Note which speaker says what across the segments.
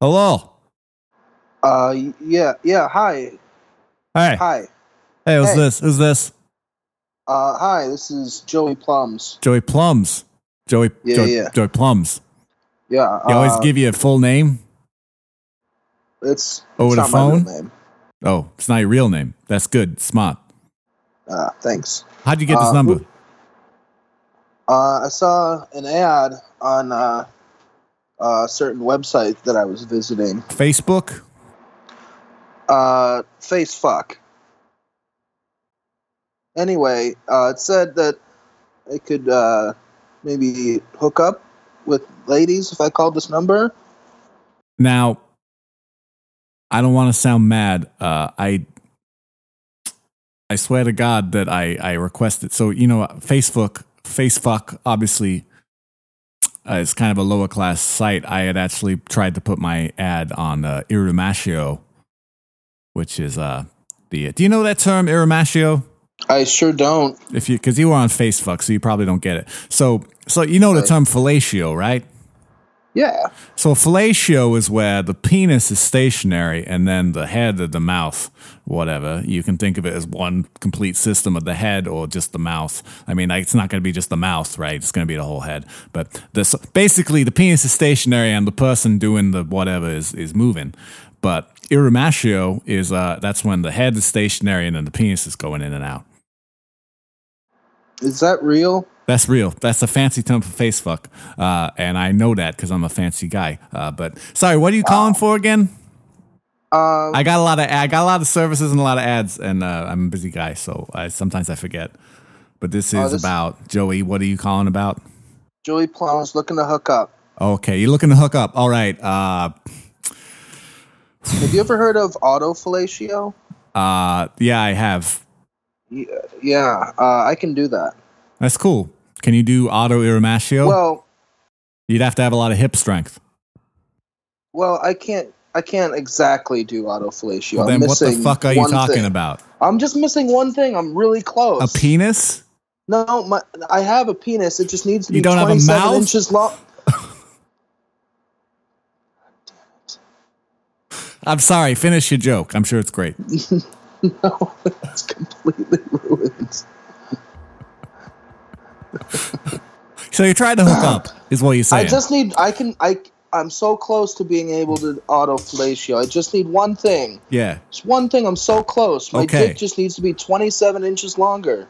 Speaker 1: Hello.
Speaker 2: Uh, yeah, yeah. Hi,
Speaker 1: Hey.
Speaker 2: hi.
Speaker 1: Hey, who's
Speaker 2: Hey.
Speaker 1: this? Who's this?
Speaker 2: Uh, hi. This is Joey Plums.
Speaker 1: Joey Plums. Joey
Speaker 2: Yeah,
Speaker 1: Joey,
Speaker 2: yeah.
Speaker 1: Joey Plums.
Speaker 2: Yeah.
Speaker 1: They always
Speaker 2: uh,
Speaker 1: give you a full name.
Speaker 2: It's
Speaker 1: over the
Speaker 2: it's not my real
Speaker 1: phone?
Speaker 2: name.
Speaker 1: Oh, it's not your real name. That's good. Smart.
Speaker 2: Uh, thanks.
Speaker 1: How'd you get this
Speaker 2: Uh,
Speaker 1: number?
Speaker 2: who- Uh, I saw an ad on uh, a certain website that I was visiting.
Speaker 1: Facebook?
Speaker 2: Uh, face fuck. Anyway, uh, it said that I could uh, maybe hook up with ladies if I called this number.
Speaker 1: Now, I don't want to sound mad. Uh, I I swear to God that I I requested. So you know, Facebook, Facebook, obviously, uh, is kind of a lower class site. I had actually tried to put my ad on uh, Irumashio, which is uh the. Do you know that term, Irumashio?
Speaker 2: I sure don't.
Speaker 1: If you because you were on Facebook, so you probably don't get it. So so you know the
Speaker 2: Right.
Speaker 1: term fellatio, right?
Speaker 2: Yeah.
Speaker 1: So fellatio is where the penis is stationary and then the head of the mouth, whatever. You can think of it as one complete system of the head or just the mouth. I mean, like, it's not going to be just the mouth, right? It's going to be the whole head. But this, basically, the penis is stationary and the person doing the whatever is, is moving. But irimatio is uh, that's when the head is stationary and then the penis is going in and out.
Speaker 2: Is that real?
Speaker 1: That's real. That's a fancy term for face fuck. Uh, and I know that because I'm a fancy guy. Uh, but sorry, what are you calling for again?
Speaker 2: Uh,
Speaker 1: I got a lot of I got a lot of services and a lot of ads, and uh, I'm a busy guy, so I, sometimes I forget. But this is
Speaker 2: Oh, this-
Speaker 1: about Joey. What are you calling about?
Speaker 2: Joey Plum's looking to hook up.
Speaker 1: Okay, you're looking to hook up. All right. Uh,
Speaker 2: Have you ever heard of autofellatio?
Speaker 1: uh, yeah, I have.
Speaker 2: Y- Yeah, uh, I can do that.
Speaker 1: That's cool. Can you do auto irimatio?
Speaker 2: Well,
Speaker 1: You'd have to have a lot of hip strength.
Speaker 2: well, I can't. I can't exactly do autofellatio.
Speaker 1: Well,
Speaker 2: I'm
Speaker 1: then what
Speaker 2: missing
Speaker 1: the fuck are you
Speaker 2: one
Speaker 1: talking
Speaker 2: thing.
Speaker 1: about?
Speaker 2: I'm just missing one thing. I'm really close.
Speaker 1: A penis?
Speaker 2: No, my, I have a penis. It just needs to be
Speaker 1: You don't have a
Speaker 2: 27
Speaker 1: mouth?
Speaker 2: inches long.
Speaker 1: I'm sorry. Finish your joke. I'm sure it's great.
Speaker 2: No, it's completely ruined.
Speaker 1: So you're trying to hook up, is what you're saying.
Speaker 2: I just need. I can. I. I'm so close to being able to autofellatio. I just need one thing.
Speaker 1: yeah.
Speaker 2: It's one thing. I'm so close. My
Speaker 1: Okay.
Speaker 2: dick just needs to be 27 inches longer.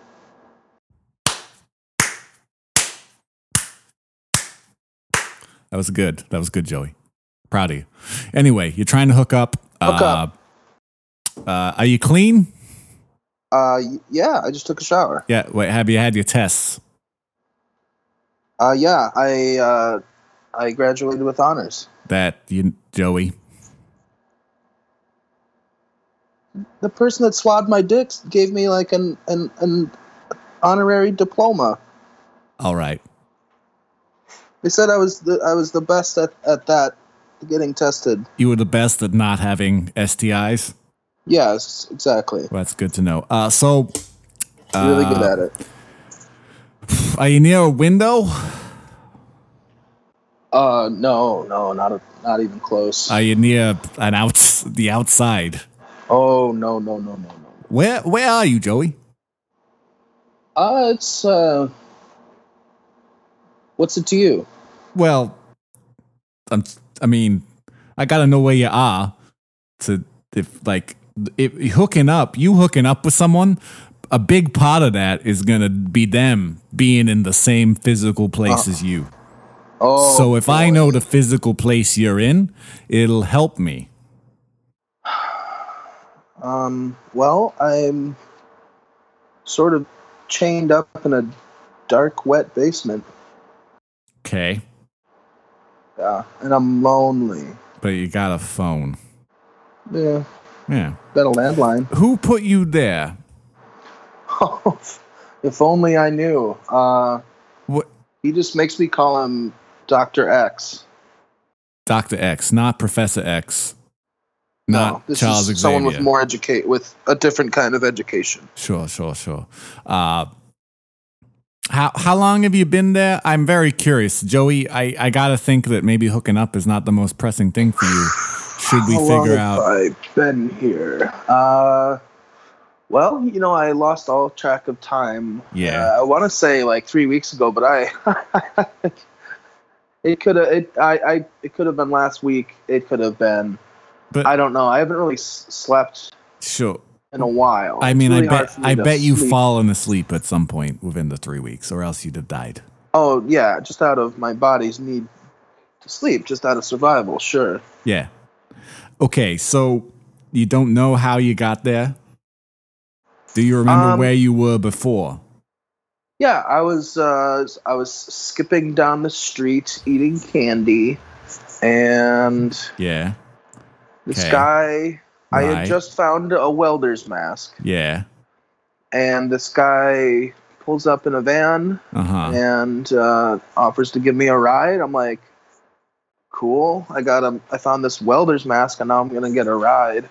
Speaker 1: That was good. That was good, Joey. Proud of you. Anyway, you're trying to hook up.
Speaker 2: Hook
Speaker 1: uh,
Speaker 2: up.
Speaker 1: Uh, are you clean?
Speaker 2: Uh, y- yeah, I just took a shower.
Speaker 1: Yeah. Wait, have you had your tests?
Speaker 2: Uh, yeah, I uh, I graduated with honors.
Speaker 1: That you, Joey.
Speaker 2: The person that swabbed my dick gave me like an an, an honorary diploma.
Speaker 1: All right.
Speaker 2: They said I was the I was the best at at that getting tested.
Speaker 1: You were the best at not having STIs.
Speaker 2: Yes, exactly.
Speaker 1: Well, that's good to know. Uh, so,
Speaker 2: Really good at it.
Speaker 1: are you near a window?
Speaker 2: Uh, no, no, not a, not even close.
Speaker 1: Are you near an outs the outside?
Speaker 2: oh no, no, no, no, no.
Speaker 1: Where Where are you, Joey?
Speaker 2: Uh, it's uh, what's it to you?
Speaker 1: Well, I'm, I mean, I gotta know where you are to if like if hooking up, you hooking up with someone. A big part of that is gonna be them being in the same physical place as you.
Speaker 2: Oh,
Speaker 1: so if I
Speaker 2: boy.
Speaker 1: know the physical place you're in, it'll help me.
Speaker 2: Um, well, I'm sort of chained up in a dark, wet basement,
Speaker 1: Okay,
Speaker 2: yeah, and I'm lonely.
Speaker 1: but you got a phone.
Speaker 2: Yeah,
Speaker 1: Yeah.
Speaker 2: got a landline.
Speaker 1: Who put you there?
Speaker 2: if only I knew. Uh,
Speaker 1: What?
Speaker 2: he just makes me call him Doctor X.
Speaker 1: Doctor X, not Professor X,
Speaker 2: No,
Speaker 1: not Charles Xavier.
Speaker 2: someone with more educate with a different kind of education.
Speaker 1: Sure, sure, sure. Uh, How how long have you been there? I'm very curious, Joey. I I gotta think that maybe hooking up is not the most pressing thing for you. Should we
Speaker 2: How long
Speaker 1: figure
Speaker 2: have
Speaker 1: out?
Speaker 2: I been here? Uh, well, you know, I lost all track of time.
Speaker 1: Yeah.
Speaker 2: Uh, I want to say like three weeks ago, but I. It could have it I, I it could have been last week. It could have been.
Speaker 1: But-
Speaker 2: I don't know. I haven't really s- slept
Speaker 1: Sure.
Speaker 2: in a while.
Speaker 1: I
Speaker 2: It's
Speaker 1: mean,
Speaker 2: really
Speaker 1: I
Speaker 2: hard
Speaker 1: bet
Speaker 2: for me
Speaker 1: I
Speaker 2: to
Speaker 1: bet you've
Speaker 2: sleep.
Speaker 1: fallen asleep at some point within the three weeks, or else you'd have died.
Speaker 2: Oh yeah, just out of my body's need to sleep, just out of survival. Sure.
Speaker 1: Yeah. Okay, so you don't know how you got there. Do you remember
Speaker 2: Um,
Speaker 1: where you were before?
Speaker 2: Yeah, I was uh, I was skipping down the street eating candy, and
Speaker 1: Yeah.
Speaker 2: this
Speaker 1: Okay.
Speaker 2: guy. I
Speaker 1: Right.
Speaker 2: had just found a welder's mask,
Speaker 1: Yeah.
Speaker 2: and this guy pulls up in a van
Speaker 1: Uh huh.
Speaker 2: and uh, offers to give me a ride. I'm like, cool. I got a. I found this welder's mask, and now I'm gonna get a ride.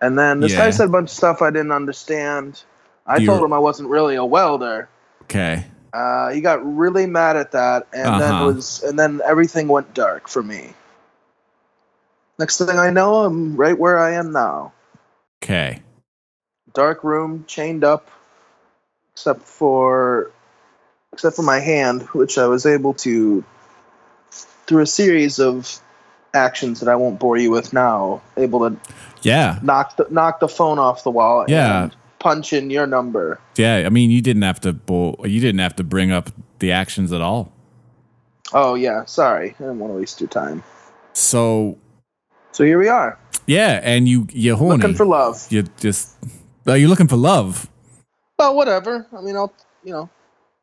Speaker 2: And then this
Speaker 1: Yeah.
Speaker 2: guy said a bunch of stuff I didn't understand. I
Speaker 1: Do you-
Speaker 2: told him I wasn't really a welder.
Speaker 1: Okay.
Speaker 2: Uh, he got really mad at that, and
Speaker 1: Uh-huh.
Speaker 2: then was, and then everything went dark for me. Next thing I know, I'm right where I am now.
Speaker 1: Okay.
Speaker 2: Dark room, chained up, except for, except for my hand, which I was able to, through a series of actions that I won't bore you with now, able to
Speaker 1: Yeah.
Speaker 2: knock the knock the phone off the wall.
Speaker 1: Yeah.
Speaker 2: And punch in your number.
Speaker 1: Yeah. I mean, you didn't have to. bo- You didn't have to bring up the actions at all.
Speaker 2: Oh yeah, sorry, I didn't want to waste your time.
Speaker 1: So
Speaker 2: So here we are,
Speaker 1: yeah, and you you're horny.
Speaker 2: looking for love.
Speaker 1: you're just. Are you looking for love?
Speaker 2: Well, whatever. I mean, I'll you know,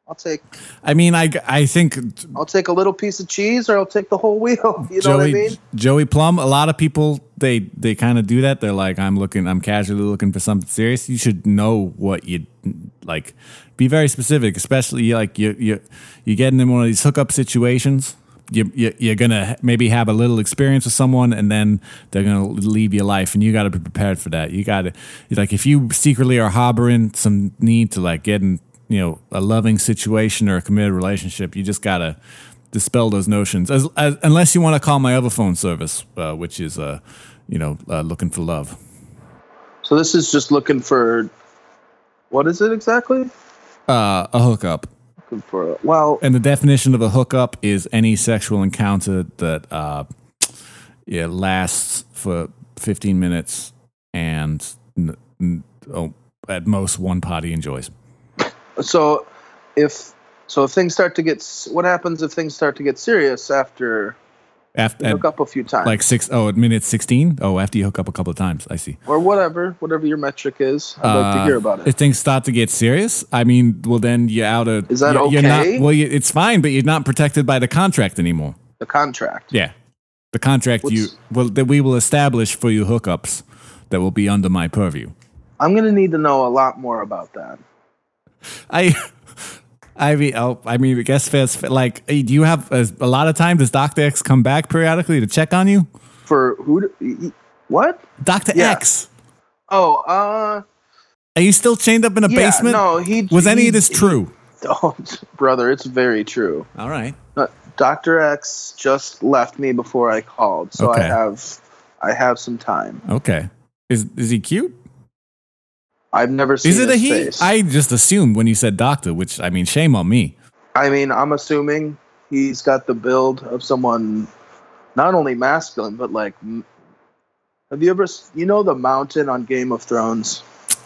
Speaker 2: I'll take
Speaker 1: I mean, I I think
Speaker 2: I'll take a little piece of cheese, or I'll take the whole wheel. You know
Speaker 1: Joey
Speaker 2: what I mean?
Speaker 1: Joey Plum. A lot of people they they kind of do that. They're like, I'm looking, I'm casually looking for something serious. You should know what you like. Be very specific, especially like you you you're getting in one of these hookup situations. You, you, you're gonna maybe have a little experience with someone, and then they're gonna leave your life, and you got to be prepared for that. You got to like if you secretly are harboring some need to like get in, you know, a loving situation or a committed relationship, you just gotta dispel those notions as, as unless you want to call my other phone service uh, which is uh, you know uh, looking for love
Speaker 2: So this is just looking for what is it exactly?
Speaker 1: uh, a hookup
Speaker 2: Looking for well,
Speaker 1: and the definition of a hookup is any sexual encounter that uh, yeah, lasts for 15 minutes and n- n- oh, at most one party enjoys
Speaker 2: so if so, if things start to get s- what happens if things start to get serious after
Speaker 1: after
Speaker 2: you hook up a few times
Speaker 1: like six oh at minute 16 oh after you hook up a couple of times i see
Speaker 2: or whatever, whatever your metric is? I'd like to
Speaker 1: Uh,
Speaker 2: hear about
Speaker 1: If
Speaker 2: it.
Speaker 1: things start to get serious, I mean, well, then you're out of.
Speaker 2: Is that
Speaker 1: you're, you're
Speaker 2: okay?
Speaker 1: not, well, you, it's fine, but you're not protected by the contract anymore.
Speaker 2: The contract.
Speaker 1: Yeah, the contract you
Speaker 2: What's-
Speaker 1: well that we will establish for you hookups that will be under my purview.
Speaker 2: I'm gonna need to know a lot more about that.
Speaker 1: I. I mean, oh, I mean, I guess that's like, hey, do you have a, a lot of time? Does Doctor X come back periodically to check on you?
Speaker 2: For who? do- y- y- What?
Speaker 1: Doctor
Speaker 2: Yeah.
Speaker 1: X,
Speaker 2: Oh, uh,
Speaker 1: are you still chained up in a
Speaker 2: yeah,
Speaker 1: basement?
Speaker 2: No, he
Speaker 1: Was any
Speaker 2: he-
Speaker 1: of this true?
Speaker 2: Oh, brother, it's very true. Uh,
Speaker 1: All right.
Speaker 2: Doctor X just left me before I called, so
Speaker 1: Okay.
Speaker 2: I have I have some time.
Speaker 1: Okay. Is is he cute?
Speaker 2: I've never seen
Speaker 1: Is it a
Speaker 2: his
Speaker 1: he?
Speaker 2: face. I,
Speaker 1: I just assumed when you said doctor, which I mean, shame on me.
Speaker 2: mean, I'm assuming he's got the build of someone not only masculine but like. m- Have you ever s- you know the mountain on Game of Thrones?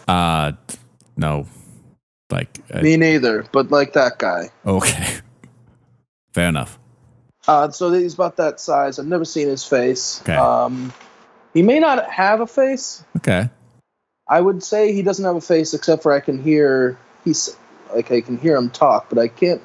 Speaker 1: Uh, t- no, like uh,
Speaker 2: Me neither, but like that guy.
Speaker 1: okay, fair enough.
Speaker 2: Uh, so he's about that size. I've never seen his face.
Speaker 1: Okay.
Speaker 2: Um, he may not have a face.
Speaker 1: Okay,
Speaker 2: I would say he doesn't have a face except for I can hear he's like I can hear him talk, but I can't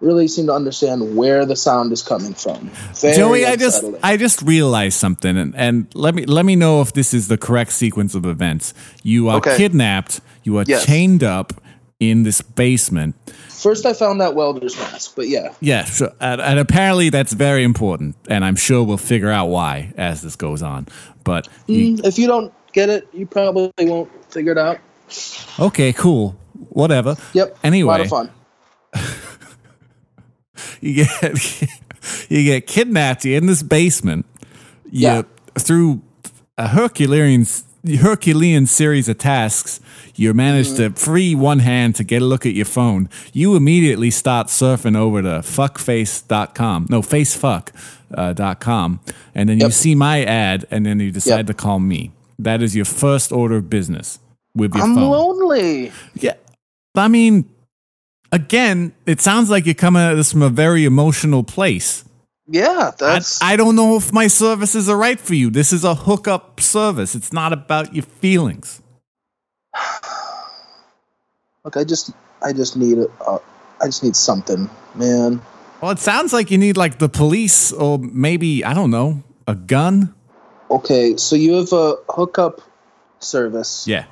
Speaker 2: really seem to understand where the sound is coming from. Very
Speaker 1: Joey, I just
Speaker 2: unsettling.
Speaker 1: I just realized something, and, and let me let me know if this is the correct sequence of events. You are
Speaker 2: Okay.
Speaker 1: kidnapped. You are
Speaker 2: Yes.
Speaker 1: chained up in this basement.
Speaker 2: first I found that welder's mask, but yeah,
Speaker 1: Yeah, sure. And, and apparently that's very important, and I'm sure we'll figure out why as this goes on. But you
Speaker 2: if you don't get it, you probably won't figure it out.
Speaker 1: Okay, cool. Whatever.
Speaker 2: Mm. Yep.
Speaker 1: Anyway,
Speaker 2: a lot of fun.
Speaker 1: you get you get kidnapped. You're in this basement. you
Speaker 3: Yeah.
Speaker 1: Through a Herculean Herculean series of tasks, you manage
Speaker 3: Mm-hmm.
Speaker 1: to free one hand to get a look at your phone. You immediately start surfing over to fuckface.com. No, facefuck.com. Uh, dot com. and then you
Speaker 3: Yep.
Speaker 1: see my ad, and then you
Speaker 3: Yep.
Speaker 1: decide to call me. That is your first order of business with your
Speaker 2: I'm
Speaker 1: phone.
Speaker 2: lonely.
Speaker 1: Yeah. I mean, again, it sounds like you're coming at this from a very emotional place.
Speaker 2: Yeah,
Speaker 1: I,
Speaker 2: that's
Speaker 1: I don't know if my services are right for you. This is a hookup service. It's not about your feelings.
Speaker 2: look. I just I just need a, a I just need something, man.
Speaker 1: Well, it sounds like you need like the police or maybe, I don't know, a gun.
Speaker 2: Okay, so you have a hookup service.
Speaker 1: Yeah.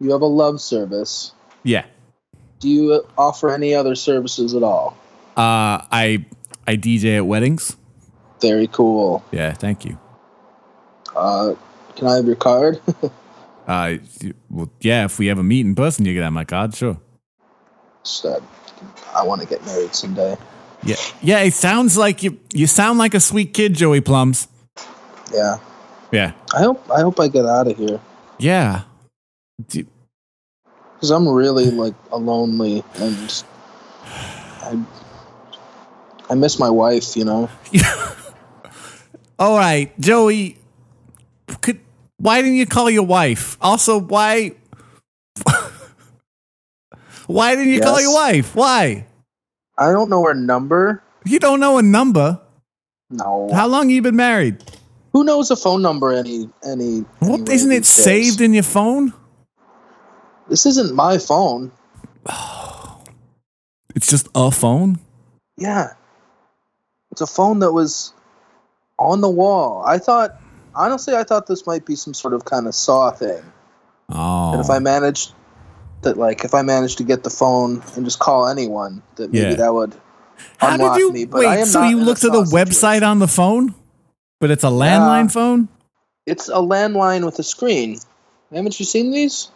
Speaker 2: You have a love service.
Speaker 1: Yeah.
Speaker 2: Do you offer any other services at all?
Speaker 1: Uh, I I DJ at weddings.
Speaker 2: Very cool.
Speaker 1: Yeah, thank you.
Speaker 2: Uh, can I have your card?
Speaker 1: Uh, y- well, yeah, if we ever meet in person, you can have my card, sure.
Speaker 2: Just, uh, I want to get married someday.
Speaker 1: Yeah, yeah. It sounds like you you sound like a sweet kid, Joey Plums.
Speaker 2: Yeah.
Speaker 1: Yeah,
Speaker 2: I hope I hope I get out of here
Speaker 1: yeah.
Speaker 2: because I'm really like a lonely and I I miss my wife. You know.
Speaker 1: All right, Joey. Could why didn't you call your wife? Also, why? why didn't you call
Speaker 2: Yes.
Speaker 1: your wife? Why?
Speaker 2: I don't know her number.
Speaker 1: You don't know a number.
Speaker 2: No.
Speaker 1: How long you been married?
Speaker 2: Who knows a phone number? Any any?
Speaker 1: What
Speaker 2: anywhere
Speaker 1: isn't it
Speaker 2: these days?
Speaker 1: saved in your phone?
Speaker 2: This isn't my phone.
Speaker 1: It's just a phone.
Speaker 2: Yeah. It's a phone that was on the wall. I thought, honestly, I thought this might be some sort of kind of saw thing.
Speaker 1: Oh,
Speaker 2: And if I managed that, like, if I managed to get the phone and just call anyone, that maybe
Speaker 1: Yeah.
Speaker 2: that would
Speaker 1: how
Speaker 2: unlock
Speaker 1: did you
Speaker 2: me. But I
Speaker 1: wait?
Speaker 2: am
Speaker 1: So
Speaker 2: not
Speaker 1: you
Speaker 2: in a
Speaker 1: looked at the
Speaker 2: saw
Speaker 1: website
Speaker 2: situation.
Speaker 1: on the phone, but it's a landline
Speaker 2: Yeah.
Speaker 1: phone.
Speaker 2: It's a landline with a screen. Haven't you seen these?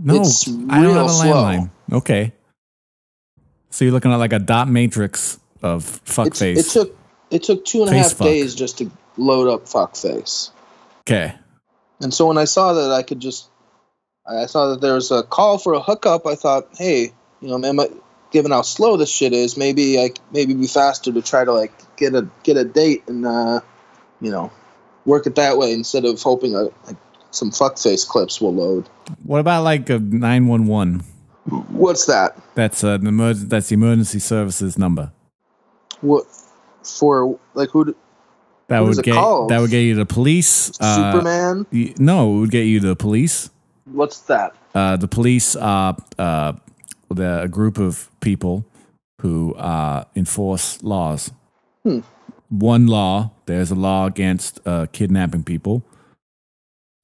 Speaker 1: No,
Speaker 2: It's
Speaker 1: I don't
Speaker 2: real
Speaker 1: have a
Speaker 2: slow.
Speaker 1: landline. Okay. So you're looking at like a dot matrix of
Speaker 2: It's,
Speaker 1: fuckface.
Speaker 2: it took it took two and a
Speaker 1: Face
Speaker 2: half
Speaker 1: fuck.
Speaker 2: days just to load up fuckface.
Speaker 1: okay.
Speaker 2: And so when I saw that, I could just, I saw that there was a call for a hookup. I thought, hey, you know, man, given how slow this shit is, maybe I maybe it'd be faster to try to like get a get a date and uh, you know, work it that way instead of hoping uh like some fuckface clips will load.
Speaker 1: What about like a nine one one?
Speaker 2: What's that?
Speaker 1: That's an emer- That's the emergency services number.
Speaker 2: What for? Like who? d-
Speaker 1: That
Speaker 2: What
Speaker 1: would
Speaker 2: is it
Speaker 1: get
Speaker 2: called?
Speaker 1: that would get you the police. uh,
Speaker 2: Superman?
Speaker 1: y- no, it would get you the police.
Speaker 2: What's that?
Speaker 1: Uh, the police are uh, the, a group of people who uh, enforce laws.
Speaker 2: Hmm.
Speaker 1: One law, there's a law against uh, kidnapping people.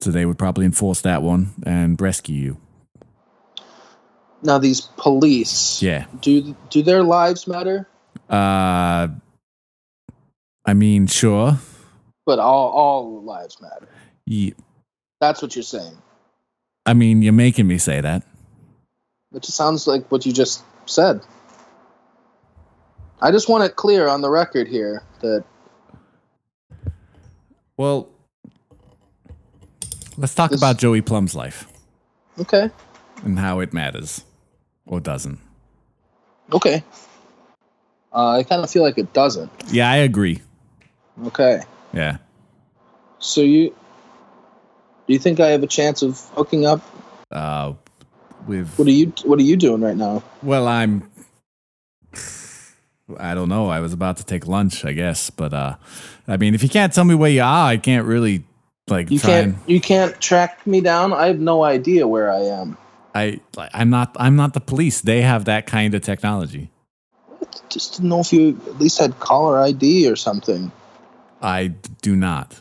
Speaker 1: So they would probably enforce that one and rescue you.
Speaker 2: Now these police.
Speaker 1: Yeah.
Speaker 2: Do do their lives matter?
Speaker 1: Uh, I mean, sure.
Speaker 2: But all all lives matter.
Speaker 1: Ye-
Speaker 2: That's what you're saying.
Speaker 1: I mean, you're making me say that.
Speaker 2: It just sounds like what you just said. I just want it clear on the record here that
Speaker 1: Well, let's talk
Speaker 2: This-
Speaker 1: about Joey Plum's life
Speaker 2: okay,
Speaker 1: and how it matters or doesn't.
Speaker 2: okay. Uh, I kind of feel like it doesn't.
Speaker 1: Yeah, I agree.
Speaker 2: Okay,
Speaker 1: Yeah.
Speaker 2: so you do you think I have a chance of hooking up?
Speaker 1: Uh, with
Speaker 2: What are you What are you doing right now?
Speaker 1: Well, I'm. I don't know. I was about to take lunch, I guess, but uh, I mean, if you can't tell me where you are, I can't really like
Speaker 2: You
Speaker 1: try.
Speaker 2: can't
Speaker 1: And,
Speaker 2: You can't track me down. I have no idea where I am.
Speaker 1: I like, I'm not I'm not the police. They have that kind of technology.
Speaker 2: Just didn't know if you at least had caller ID or something.
Speaker 1: I do not.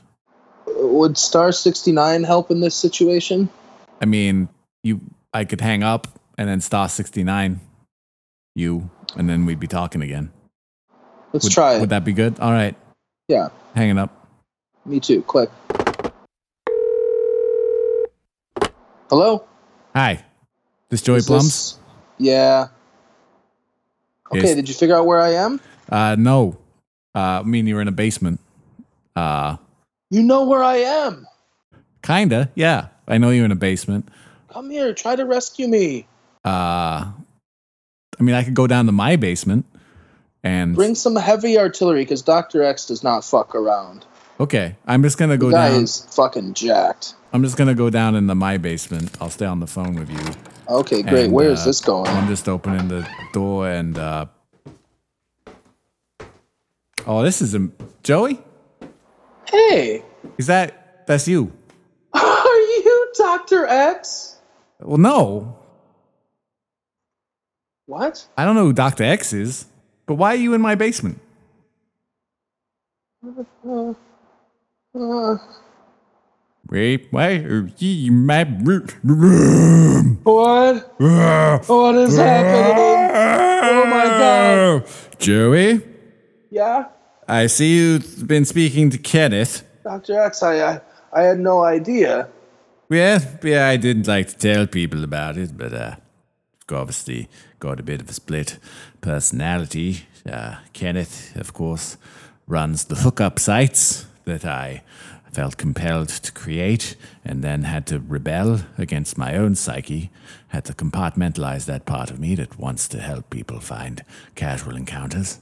Speaker 2: Would Star sixty nine help in this situation?
Speaker 1: I mean, you. I could hang up and then star sixty nine, you, and then we'd be talking again.
Speaker 2: Let's
Speaker 1: would,
Speaker 2: try it.
Speaker 1: Would that be good? All right,
Speaker 2: yeah,
Speaker 1: hanging up.
Speaker 2: me too. Click. Hello?
Speaker 1: Hi, this Joey
Speaker 2: Is
Speaker 1: Plums.
Speaker 2: this- Yeah. Okay,
Speaker 1: Yes.
Speaker 2: did you figure out where I am?
Speaker 1: Uh, no. Uh, I mean, you were in a basement. Uh,
Speaker 2: You know where I am.
Speaker 1: kinda. Yeah. I know you're in a basement.
Speaker 2: Come here. Try to rescue me.
Speaker 1: Uh, I mean, I could go down to my basement and.
Speaker 2: Bring some heavy artillery because Dr. X does not fuck around.
Speaker 1: okay. I'm just going to go
Speaker 2: the guy
Speaker 1: down.
Speaker 2: is fucking jacked.
Speaker 1: I'm just going to go down into my basement. I'll stay on the phone with you.
Speaker 2: Okay, great.
Speaker 1: And,
Speaker 2: Where is
Speaker 1: uh,
Speaker 2: this going?
Speaker 1: I'm just opening the door and. Uh, oh, this is a. Joey?
Speaker 2: Hey,
Speaker 1: Is that. That's you?
Speaker 2: are you Dr. X?
Speaker 1: Well, no.
Speaker 2: What?
Speaker 1: I don't know who Dr. X is, but why are you in my basement?
Speaker 2: Uh,
Speaker 1: Wait, why are you in my room?
Speaker 2: what? What is happening?
Speaker 1: Oh
Speaker 2: Oh my God.
Speaker 1: Joey,
Speaker 2: Yeah,
Speaker 1: I see you've been speaking to Kenneth.
Speaker 2: Dr. X, I, I, I had no idea.
Speaker 1: Yeah, yeah, I didn't like to tell people about it, but uh, obviously got a bit of a split personality. Uh, Kenneth, of course, runs the hookup sites that I felt compelled to create and then had to rebel against my own psyche, had to compartmentalize that part of me that wants to help people find casual encounters.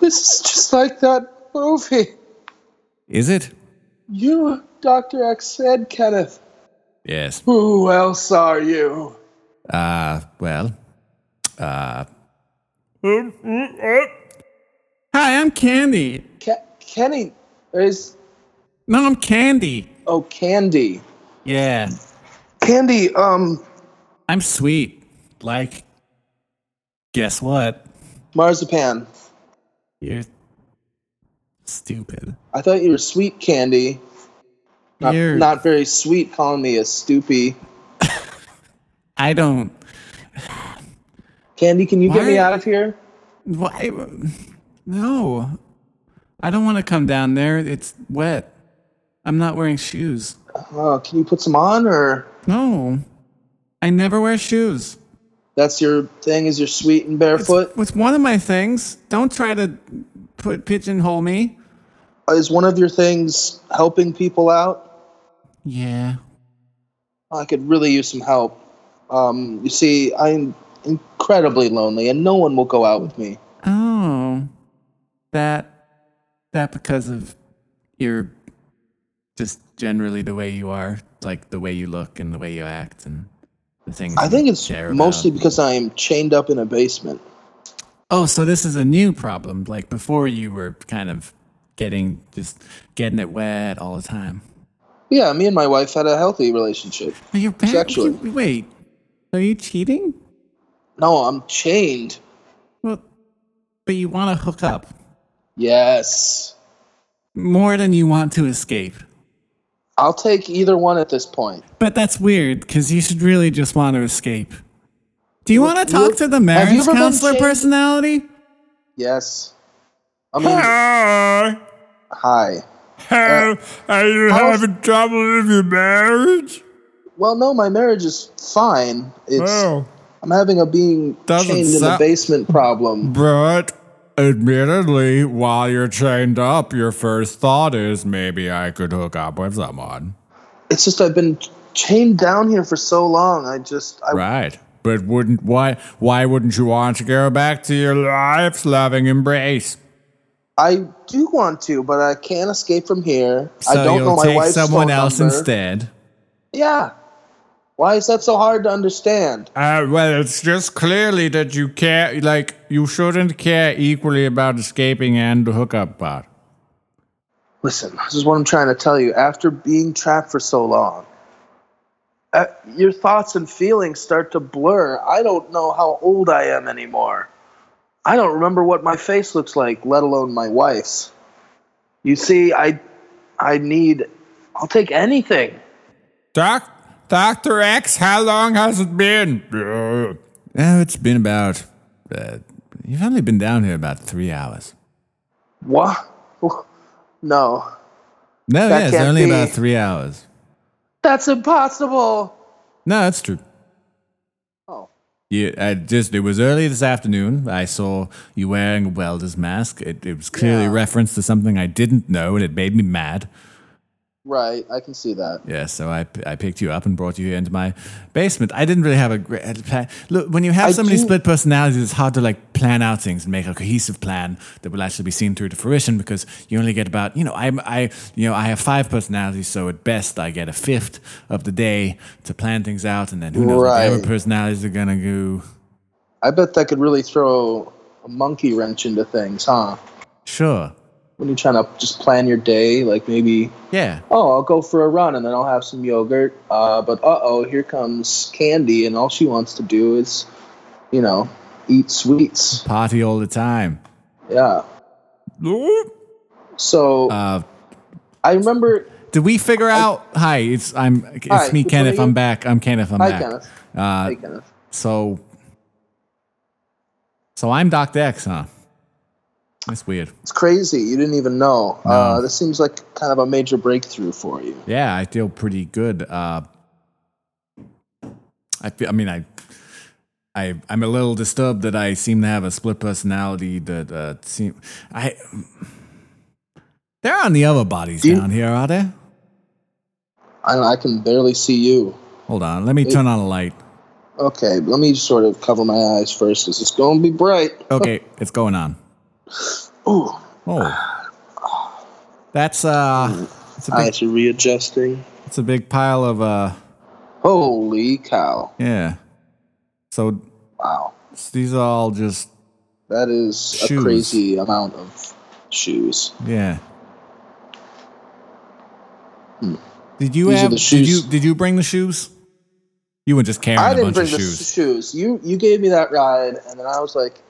Speaker 2: This is just like that movie.
Speaker 1: Is it?
Speaker 2: You, Dr. X, said Kenneth.
Speaker 1: Yes.
Speaker 2: Who else are you?
Speaker 1: Uh, well, uh. Hi, I'm Candy.
Speaker 2: Ke- Kenny is.
Speaker 1: No, I'm Candy.
Speaker 2: Oh, Candy.
Speaker 1: Yeah,
Speaker 2: Candy, um,
Speaker 1: I'm sweet. Like, guess what?
Speaker 2: Marzipan.
Speaker 1: You're stupid.
Speaker 2: I thought you were sweet candy. Not,
Speaker 1: You're-
Speaker 2: not very sweet calling me a stoopy.
Speaker 1: I don't.
Speaker 2: Candy, can you get me
Speaker 1: Why-
Speaker 2: out of here?
Speaker 1: Why? No. I don't want to come down there. It's wet. I'm not wearing shoes.
Speaker 2: Oh, can you put some on or
Speaker 1: No. I never wear shoes.
Speaker 2: that's your thing is you're sweet
Speaker 1: With
Speaker 2: and barefoot?
Speaker 1: one of my things. Don't try to put pigeonhole me.
Speaker 2: Is one of your things helping people out?
Speaker 1: Yeah.
Speaker 2: I could really use some help. Um, you see, I'm incredibly lonely and no one will go out with me.
Speaker 1: Oh. That that because of your just generally the way you are, like the way you look and the way you act and the things.
Speaker 2: I
Speaker 1: you
Speaker 2: think it's
Speaker 1: care about.
Speaker 2: mostly because I am chained up in a basement.
Speaker 1: Oh, so this is a new problem. Like before you were kind of getting just getting it wet all the time.
Speaker 2: Yeah, me and my wife had a healthy relationship.
Speaker 1: Are you back?
Speaker 2: Sexually.
Speaker 1: you- wait. Are you cheating?
Speaker 2: No, I'm chained.
Speaker 1: Well but you wanna hook up.
Speaker 2: Yes.
Speaker 1: More than you want to escape.
Speaker 2: I'll take either one at this point.
Speaker 1: But that's weird because you should really just want to escape. Do you want to talk
Speaker 2: you-
Speaker 1: to the
Speaker 2: have you
Speaker 1: marriage
Speaker 2: ever been
Speaker 1: counselor
Speaker 2: shamed?
Speaker 1: personality?
Speaker 2: Yes. I mean,
Speaker 1: Hi.
Speaker 2: hi. Uh,
Speaker 1: How are you
Speaker 2: how's-
Speaker 1: trouble with your marriage?
Speaker 2: Well, no, my marriage is fine. It's I'm having a being
Speaker 1: Doesn't
Speaker 2: chained in the
Speaker 1: sound-
Speaker 2: basement problem.
Speaker 1: But admittedly, while you're chained up, your first thought is maybe I could hook up with someone.
Speaker 2: It's just I've been chained down here for so long. I just I
Speaker 1: Right. But wouldn't why why wouldn't you want to go back to your life's loving embrace?
Speaker 2: I do want to, but I can't escape from here. I
Speaker 1: So
Speaker 2: don't
Speaker 1: you'll
Speaker 2: know my
Speaker 1: take
Speaker 2: wife's
Speaker 1: someone
Speaker 2: phone
Speaker 1: else
Speaker 2: number.
Speaker 1: instead.
Speaker 2: Yeah. Why is that so hard to understand?
Speaker 1: Uh, well, it's just clearly that you care, like, you shouldn't care equally about escaping and the hookup part.
Speaker 2: Listen, this is what I'm trying to tell you. After being trapped for so long, uh, your thoughts and feelings start to blur. I don't know how old I am anymore. I don't remember what my face looks like, let alone my wife's. You see, I, I need. I'll take anything.
Speaker 1: Doc, Dr. X, how long has it been? Oh, it's been about, uh, you've only been down here about three hours.
Speaker 2: What? No,
Speaker 1: No,
Speaker 2: That
Speaker 1: yeah, it's
Speaker 2: can't
Speaker 1: only
Speaker 2: be.
Speaker 1: about three hours.
Speaker 2: that's impossible.
Speaker 1: No, that's true.
Speaker 2: Oh,
Speaker 1: Yeah, I just it was early this afternoon. I saw you wearing a welder's mask. It, it was clearly
Speaker 2: Yeah.
Speaker 1: reference to something I didn't know, and it made me mad.
Speaker 2: Right, I can see that.
Speaker 1: Yeah, so I, I picked you up and brought you here into my basement. I didn't really have a great plan. Look, when you have
Speaker 2: I
Speaker 1: so many
Speaker 2: do-
Speaker 1: split personalities, it's hard to like plan out things and make a cohesive plan that will actually be seen through to fruition because you only get about you know I I you know I have five personalities, so at best I get a fifth of the day to plan things out, and then who knows what the other
Speaker 2: Right.
Speaker 1: personalities are gonna go.
Speaker 2: I bet that could really throw a monkey wrench into things, huh?
Speaker 1: Sure,
Speaker 2: When you're trying to just plan your day, like maybe,
Speaker 1: yeah.
Speaker 2: oh, I'll go for a run and then I'll have some yogurt. Uh, but uh oh, here comes Candy, and all she wants to do is, you know, eat sweets.
Speaker 1: party all the time.
Speaker 2: Yeah. So
Speaker 1: Uh,
Speaker 2: I remember.
Speaker 1: did we figure out? Hi, it's I'm it's
Speaker 2: Hi,
Speaker 1: me,
Speaker 2: which one
Speaker 1: Kenneth.
Speaker 2: are
Speaker 1: I'm
Speaker 2: you?
Speaker 1: back. I'm Kenneth. I'm
Speaker 2: Hi,
Speaker 1: back.
Speaker 2: Kenneth.
Speaker 1: Uh,
Speaker 2: Hey, Kenneth.
Speaker 1: so, so I'm Doc X, huh? That's weird.
Speaker 2: It's crazy. You didn't even know. Uh, this seems like kind of a major breakthrough for you.
Speaker 1: Yeah, I feel pretty good. Uh, I feel. I mean, I. I, I'm a little disturbed that I seem to have a split personality that uh, seem I they're on the other bodies
Speaker 2: Do you-
Speaker 1: down here, are they?
Speaker 2: I, I can barely see you.
Speaker 1: Hold on, let me turn on a light.
Speaker 2: Okay, let me sort of cover my eyes first because it's going to be bright.
Speaker 1: Okay, it's going on.
Speaker 2: Ooh,
Speaker 1: Oh, that's uh, it's a big,
Speaker 2: eyes are readjusting.
Speaker 1: it's a big pile of uh,
Speaker 2: Holy cow.
Speaker 1: yeah. So
Speaker 2: Wow.
Speaker 1: s- these are all just
Speaker 2: That is
Speaker 1: Shoes.
Speaker 2: a crazy amount of shoes.
Speaker 1: yeah. Did you
Speaker 2: These are
Speaker 1: have?
Speaker 2: the
Speaker 1: Did you
Speaker 2: shoes.
Speaker 1: did you bring the shoes? You were just carrying
Speaker 2: I
Speaker 1: a
Speaker 2: didn't
Speaker 1: bunch
Speaker 2: bring
Speaker 1: of
Speaker 2: the
Speaker 1: shoes.
Speaker 2: shoes. shoes. You you gave me that ride, and then I was like,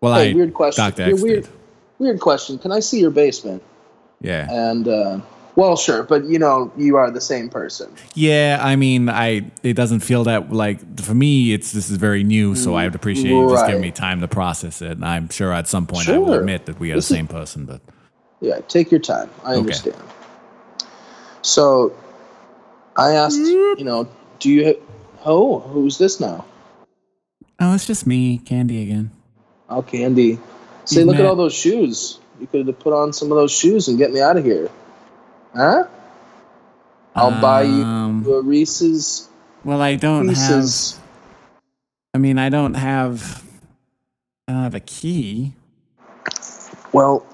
Speaker 1: well,
Speaker 2: hey,
Speaker 1: I
Speaker 2: weird question.
Speaker 1: Dr.
Speaker 2: Your
Speaker 1: X
Speaker 2: weird,
Speaker 1: did.
Speaker 2: weird question. Can I see your basement?
Speaker 1: Yeah,
Speaker 2: And, uh, well, sure, but you know, you are the same person.
Speaker 1: yeah. I mean, I it doesn't feel that like for me. It's this is very new, so I would appreciate you just giving
Speaker 2: Right.
Speaker 1: me time to process it. And I'm sure at some point I will
Speaker 2: Sure.
Speaker 1: admit that we are
Speaker 2: This
Speaker 1: the
Speaker 2: is-
Speaker 1: same person, but
Speaker 2: Yeah, take your time. I understand. So, I asked, you know, do you? Ha- oh, who's this now?
Speaker 1: Oh, it's just me, Candy again.
Speaker 2: Oh, Candy. Say,
Speaker 1: You've
Speaker 2: look
Speaker 1: met-
Speaker 2: at all those shoes. You could have put on some of those shoes and get me out of here. Huh? I'll buy you a Reese's
Speaker 1: Um, Well, I don't have.
Speaker 2: Pieces.
Speaker 1: I mean, I don't have. I don't have a key.
Speaker 2: Well,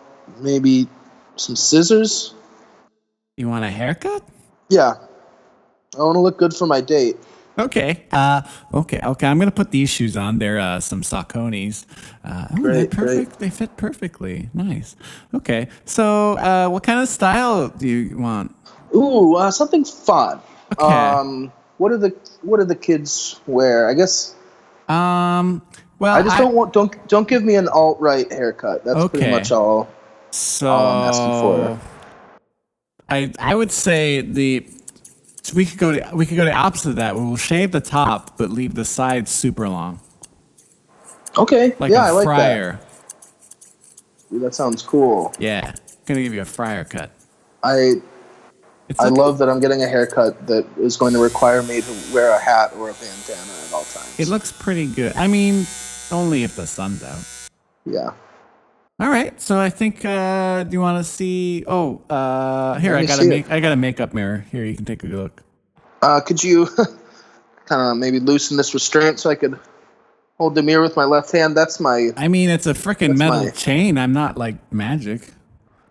Speaker 2: maybe some scissors.
Speaker 1: You want a haircut?
Speaker 2: Yeah, I want to look good for my date.
Speaker 1: Okay. Uh, okay. Okay. I'm gonna put these shoes on. They're uh, some Saucony's. Uh, oh, they're
Speaker 2: Great, great.
Speaker 1: perfect. They fit perfectly. Nice. Okay. So, uh, what kind of style do you want?
Speaker 2: Ooh, uh, something fun.
Speaker 1: Okay.
Speaker 2: Um, what are the what do the kids wear? I guess
Speaker 1: Um. Well,
Speaker 2: I just don't want don't don't give me an alt right haircut. That's
Speaker 1: Okay.
Speaker 2: pretty much all.
Speaker 1: So
Speaker 2: all I'm asking for.
Speaker 1: I I would say the so we could go to, we could go the opposite of that. We'll shave the top but leave the sides super long,
Speaker 2: Okay.
Speaker 1: like
Speaker 2: yeah,
Speaker 1: a
Speaker 2: I like
Speaker 1: fryer.
Speaker 2: that. Ooh, that sounds cool.
Speaker 1: Yeah, gonna give you a fryer cut.
Speaker 2: I
Speaker 1: It's
Speaker 2: I
Speaker 1: looking-
Speaker 2: love that I'm getting a haircut that is going to require me to wear a hat or a bandana at all times.
Speaker 1: It looks pretty good. I mean, only if the sun's out.
Speaker 2: yeah.
Speaker 1: All right, so I think uh, do you want to see? Oh, uh, here
Speaker 2: Let
Speaker 1: I
Speaker 2: me
Speaker 1: got a
Speaker 2: see
Speaker 1: make
Speaker 2: it.
Speaker 1: I got a makeup mirror. Here you can take a look.
Speaker 2: Uh, could you kind of maybe loosen this restraint so I could hold the mirror with my left hand? That's my.
Speaker 1: I mean, it's a freaking
Speaker 2: That's
Speaker 1: metal
Speaker 2: my-
Speaker 1: chain. I'm not like magic.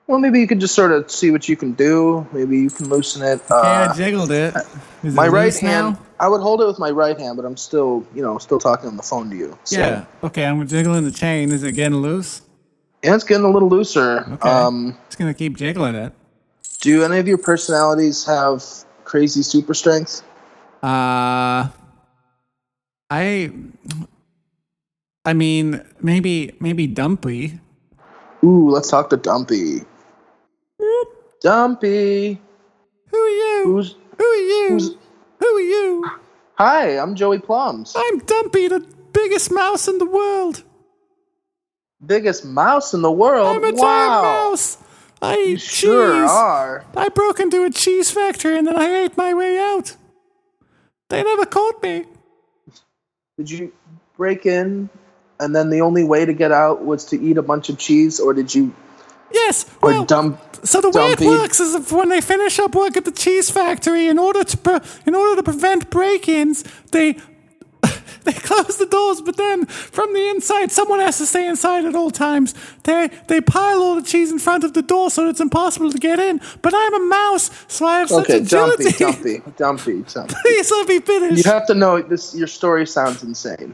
Speaker 2: Well, maybe you could just sort of see what you can do. Maybe you can loosen it.
Speaker 1: Yeah, I
Speaker 2: Uh,
Speaker 1: jiggled it. Is
Speaker 2: my
Speaker 1: it
Speaker 2: right
Speaker 1: loose now?
Speaker 2: hand. I would hold it with my right hand, but I'm still, you know, still talking on the phone to you. So.
Speaker 1: Yeah. Okay, I'm jiggling the chain. Is it getting loose?
Speaker 2: Yeah, it's getting a little looser.
Speaker 1: Okay.
Speaker 2: Um,
Speaker 1: It's gonna keep jiggling it.
Speaker 2: do any of your personalities have crazy super strength?
Speaker 1: Uh, I. I mean, maybe maybe Dumpy.
Speaker 2: Ooh, let's talk to Dumpy. Dumpy,
Speaker 1: Who are you?
Speaker 2: who's
Speaker 1: Who are you? Who are you?
Speaker 2: hi? I'm Joey Plums,
Speaker 1: I'm Dumpy, the biggest mouse in the world.
Speaker 2: biggest mouse in the world.
Speaker 1: I'm a
Speaker 2: Oh, wow,
Speaker 1: giant mouse. I eat
Speaker 2: sure
Speaker 1: cheese.
Speaker 2: are.
Speaker 1: I broke into a cheese factory and then I ate my way out. They never caught me.
Speaker 2: Did you break in, and then the only way to get out was to eat a bunch of cheese, or did you
Speaker 1: Yes.
Speaker 2: or
Speaker 1: Well,
Speaker 2: dump?
Speaker 1: so the way it
Speaker 2: dumpy.
Speaker 1: works is if when they finish up work at the cheese factory, in order to pre- in order to prevent break-ins, they they close the doors. But then from the inside, someone has to stay inside at all times. They they pile all the cheese in front of the door, so it's impossible to get in. But I'm a mouse, so I have
Speaker 2: Okay,
Speaker 1: such agility.
Speaker 2: dumpy, dumpy, dumpy, dumpy.
Speaker 1: Please let me finish.
Speaker 2: You have to know this. Your story sounds insane.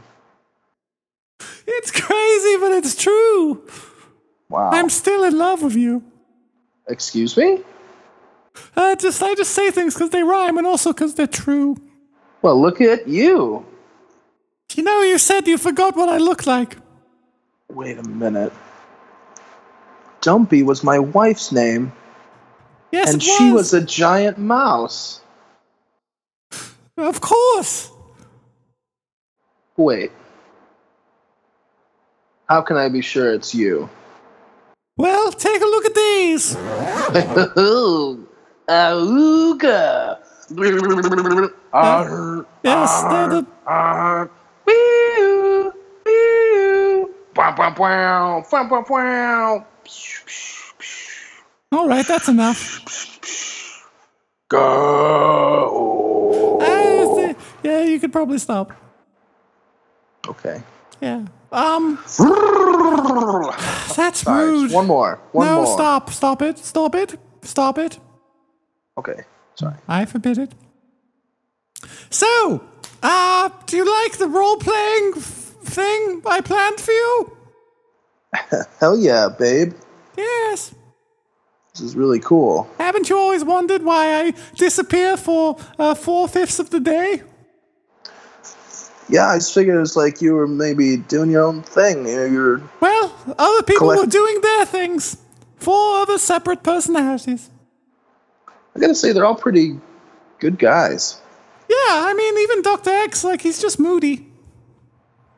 Speaker 1: It's crazy, but it's true.
Speaker 2: Wow.
Speaker 1: I'm still in love with you.
Speaker 2: Excuse me.
Speaker 1: I just I just say things because they rhyme and also because they're true.
Speaker 2: Well, look at you.
Speaker 1: You know, you said you forgot what I look like.
Speaker 2: Wait a minute. Dumpy was my wife's name,
Speaker 1: Yes,
Speaker 2: and
Speaker 1: it
Speaker 2: she was a giant mouse.
Speaker 1: of course.
Speaker 2: Wait. How can I be sure it's you?
Speaker 1: Well, take a look at these.
Speaker 2: Auga. Arr,
Speaker 1: Yes,
Speaker 2: Ah.
Speaker 1: they're the
Speaker 2: arr. Wee-oo, wee-oo. Bwah, bwah, bwah, bwah, bwah, bwah.
Speaker 1: all right. That's enough.
Speaker 2: Go.
Speaker 1: I see- yeah, you could probably stop.
Speaker 2: Okay.
Speaker 1: Yeah. Um, that's rude.
Speaker 2: Alright, one more. One
Speaker 1: no,
Speaker 2: more.
Speaker 1: stop, stop it, stop it, stop it.
Speaker 2: Okay. Sorry.
Speaker 1: I forbid it. So, uh, do you like the role playing thing I planned for you?
Speaker 2: Hell yeah, babe.
Speaker 1: Yes.
Speaker 2: This is really cool.
Speaker 1: Haven't you always wondered why I disappear for uh, four fifths of the day?
Speaker 2: Yeah, I just figured it was like you were maybe doing your own thing. You know, you're
Speaker 1: Well, other people
Speaker 2: Collect-
Speaker 1: were doing their things. Four other separate personalities.
Speaker 2: I gotta say they're all pretty good guys.
Speaker 1: Yeah, I mean, even Dr. X, like, he's just moody.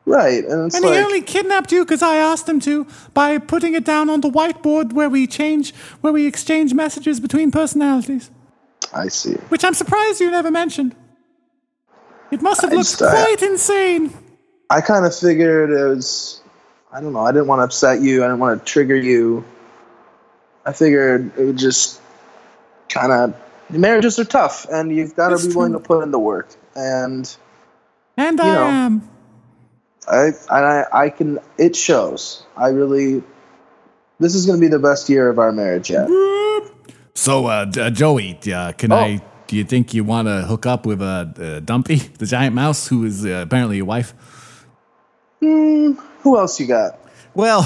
Speaker 2: Right. And it's
Speaker 1: And
Speaker 2: like
Speaker 1: he only kidnapped you because I asked him to by putting it down on the whiteboard where we change, where we exchange messages between personalities.
Speaker 2: I see.
Speaker 1: which I'm surprised you never mentioned. It must have
Speaker 2: I
Speaker 1: looked
Speaker 2: just, uh,
Speaker 1: quite insane.
Speaker 2: I kinda figured it was I don't know, I didn't want to upset you, I didn't want to trigger you. I figured it would just kinda marriages are tough and you've gotta
Speaker 1: It's
Speaker 2: be willing
Speaker 1: true.
Speaker 2: to put in the work. And
Speaker 1: And
Speaker 2: you
Speaker 1: I
Speaker 2: know.
Speaker 1: am.
Speaker 2: I and I, I can it shows. I really this is gonna be the best year of our marriage yet.
Speaker 1: Mm-hmm. So, uh, D- uh, Joey, uh, can
Speaker 2: Oh.
Speaker 1: I? Do you think you want to hook up with uh, uh, Dumpy, the giant mouse, who is uh, apparently your wife?
Speaker 2: Hmm, who else you got?
Speaker 1: Well,